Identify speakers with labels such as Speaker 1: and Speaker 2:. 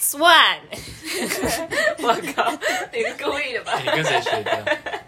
Speaker 1: Swan，我靠，你是故意的吧？
Speaker 2: 你跟谁学的？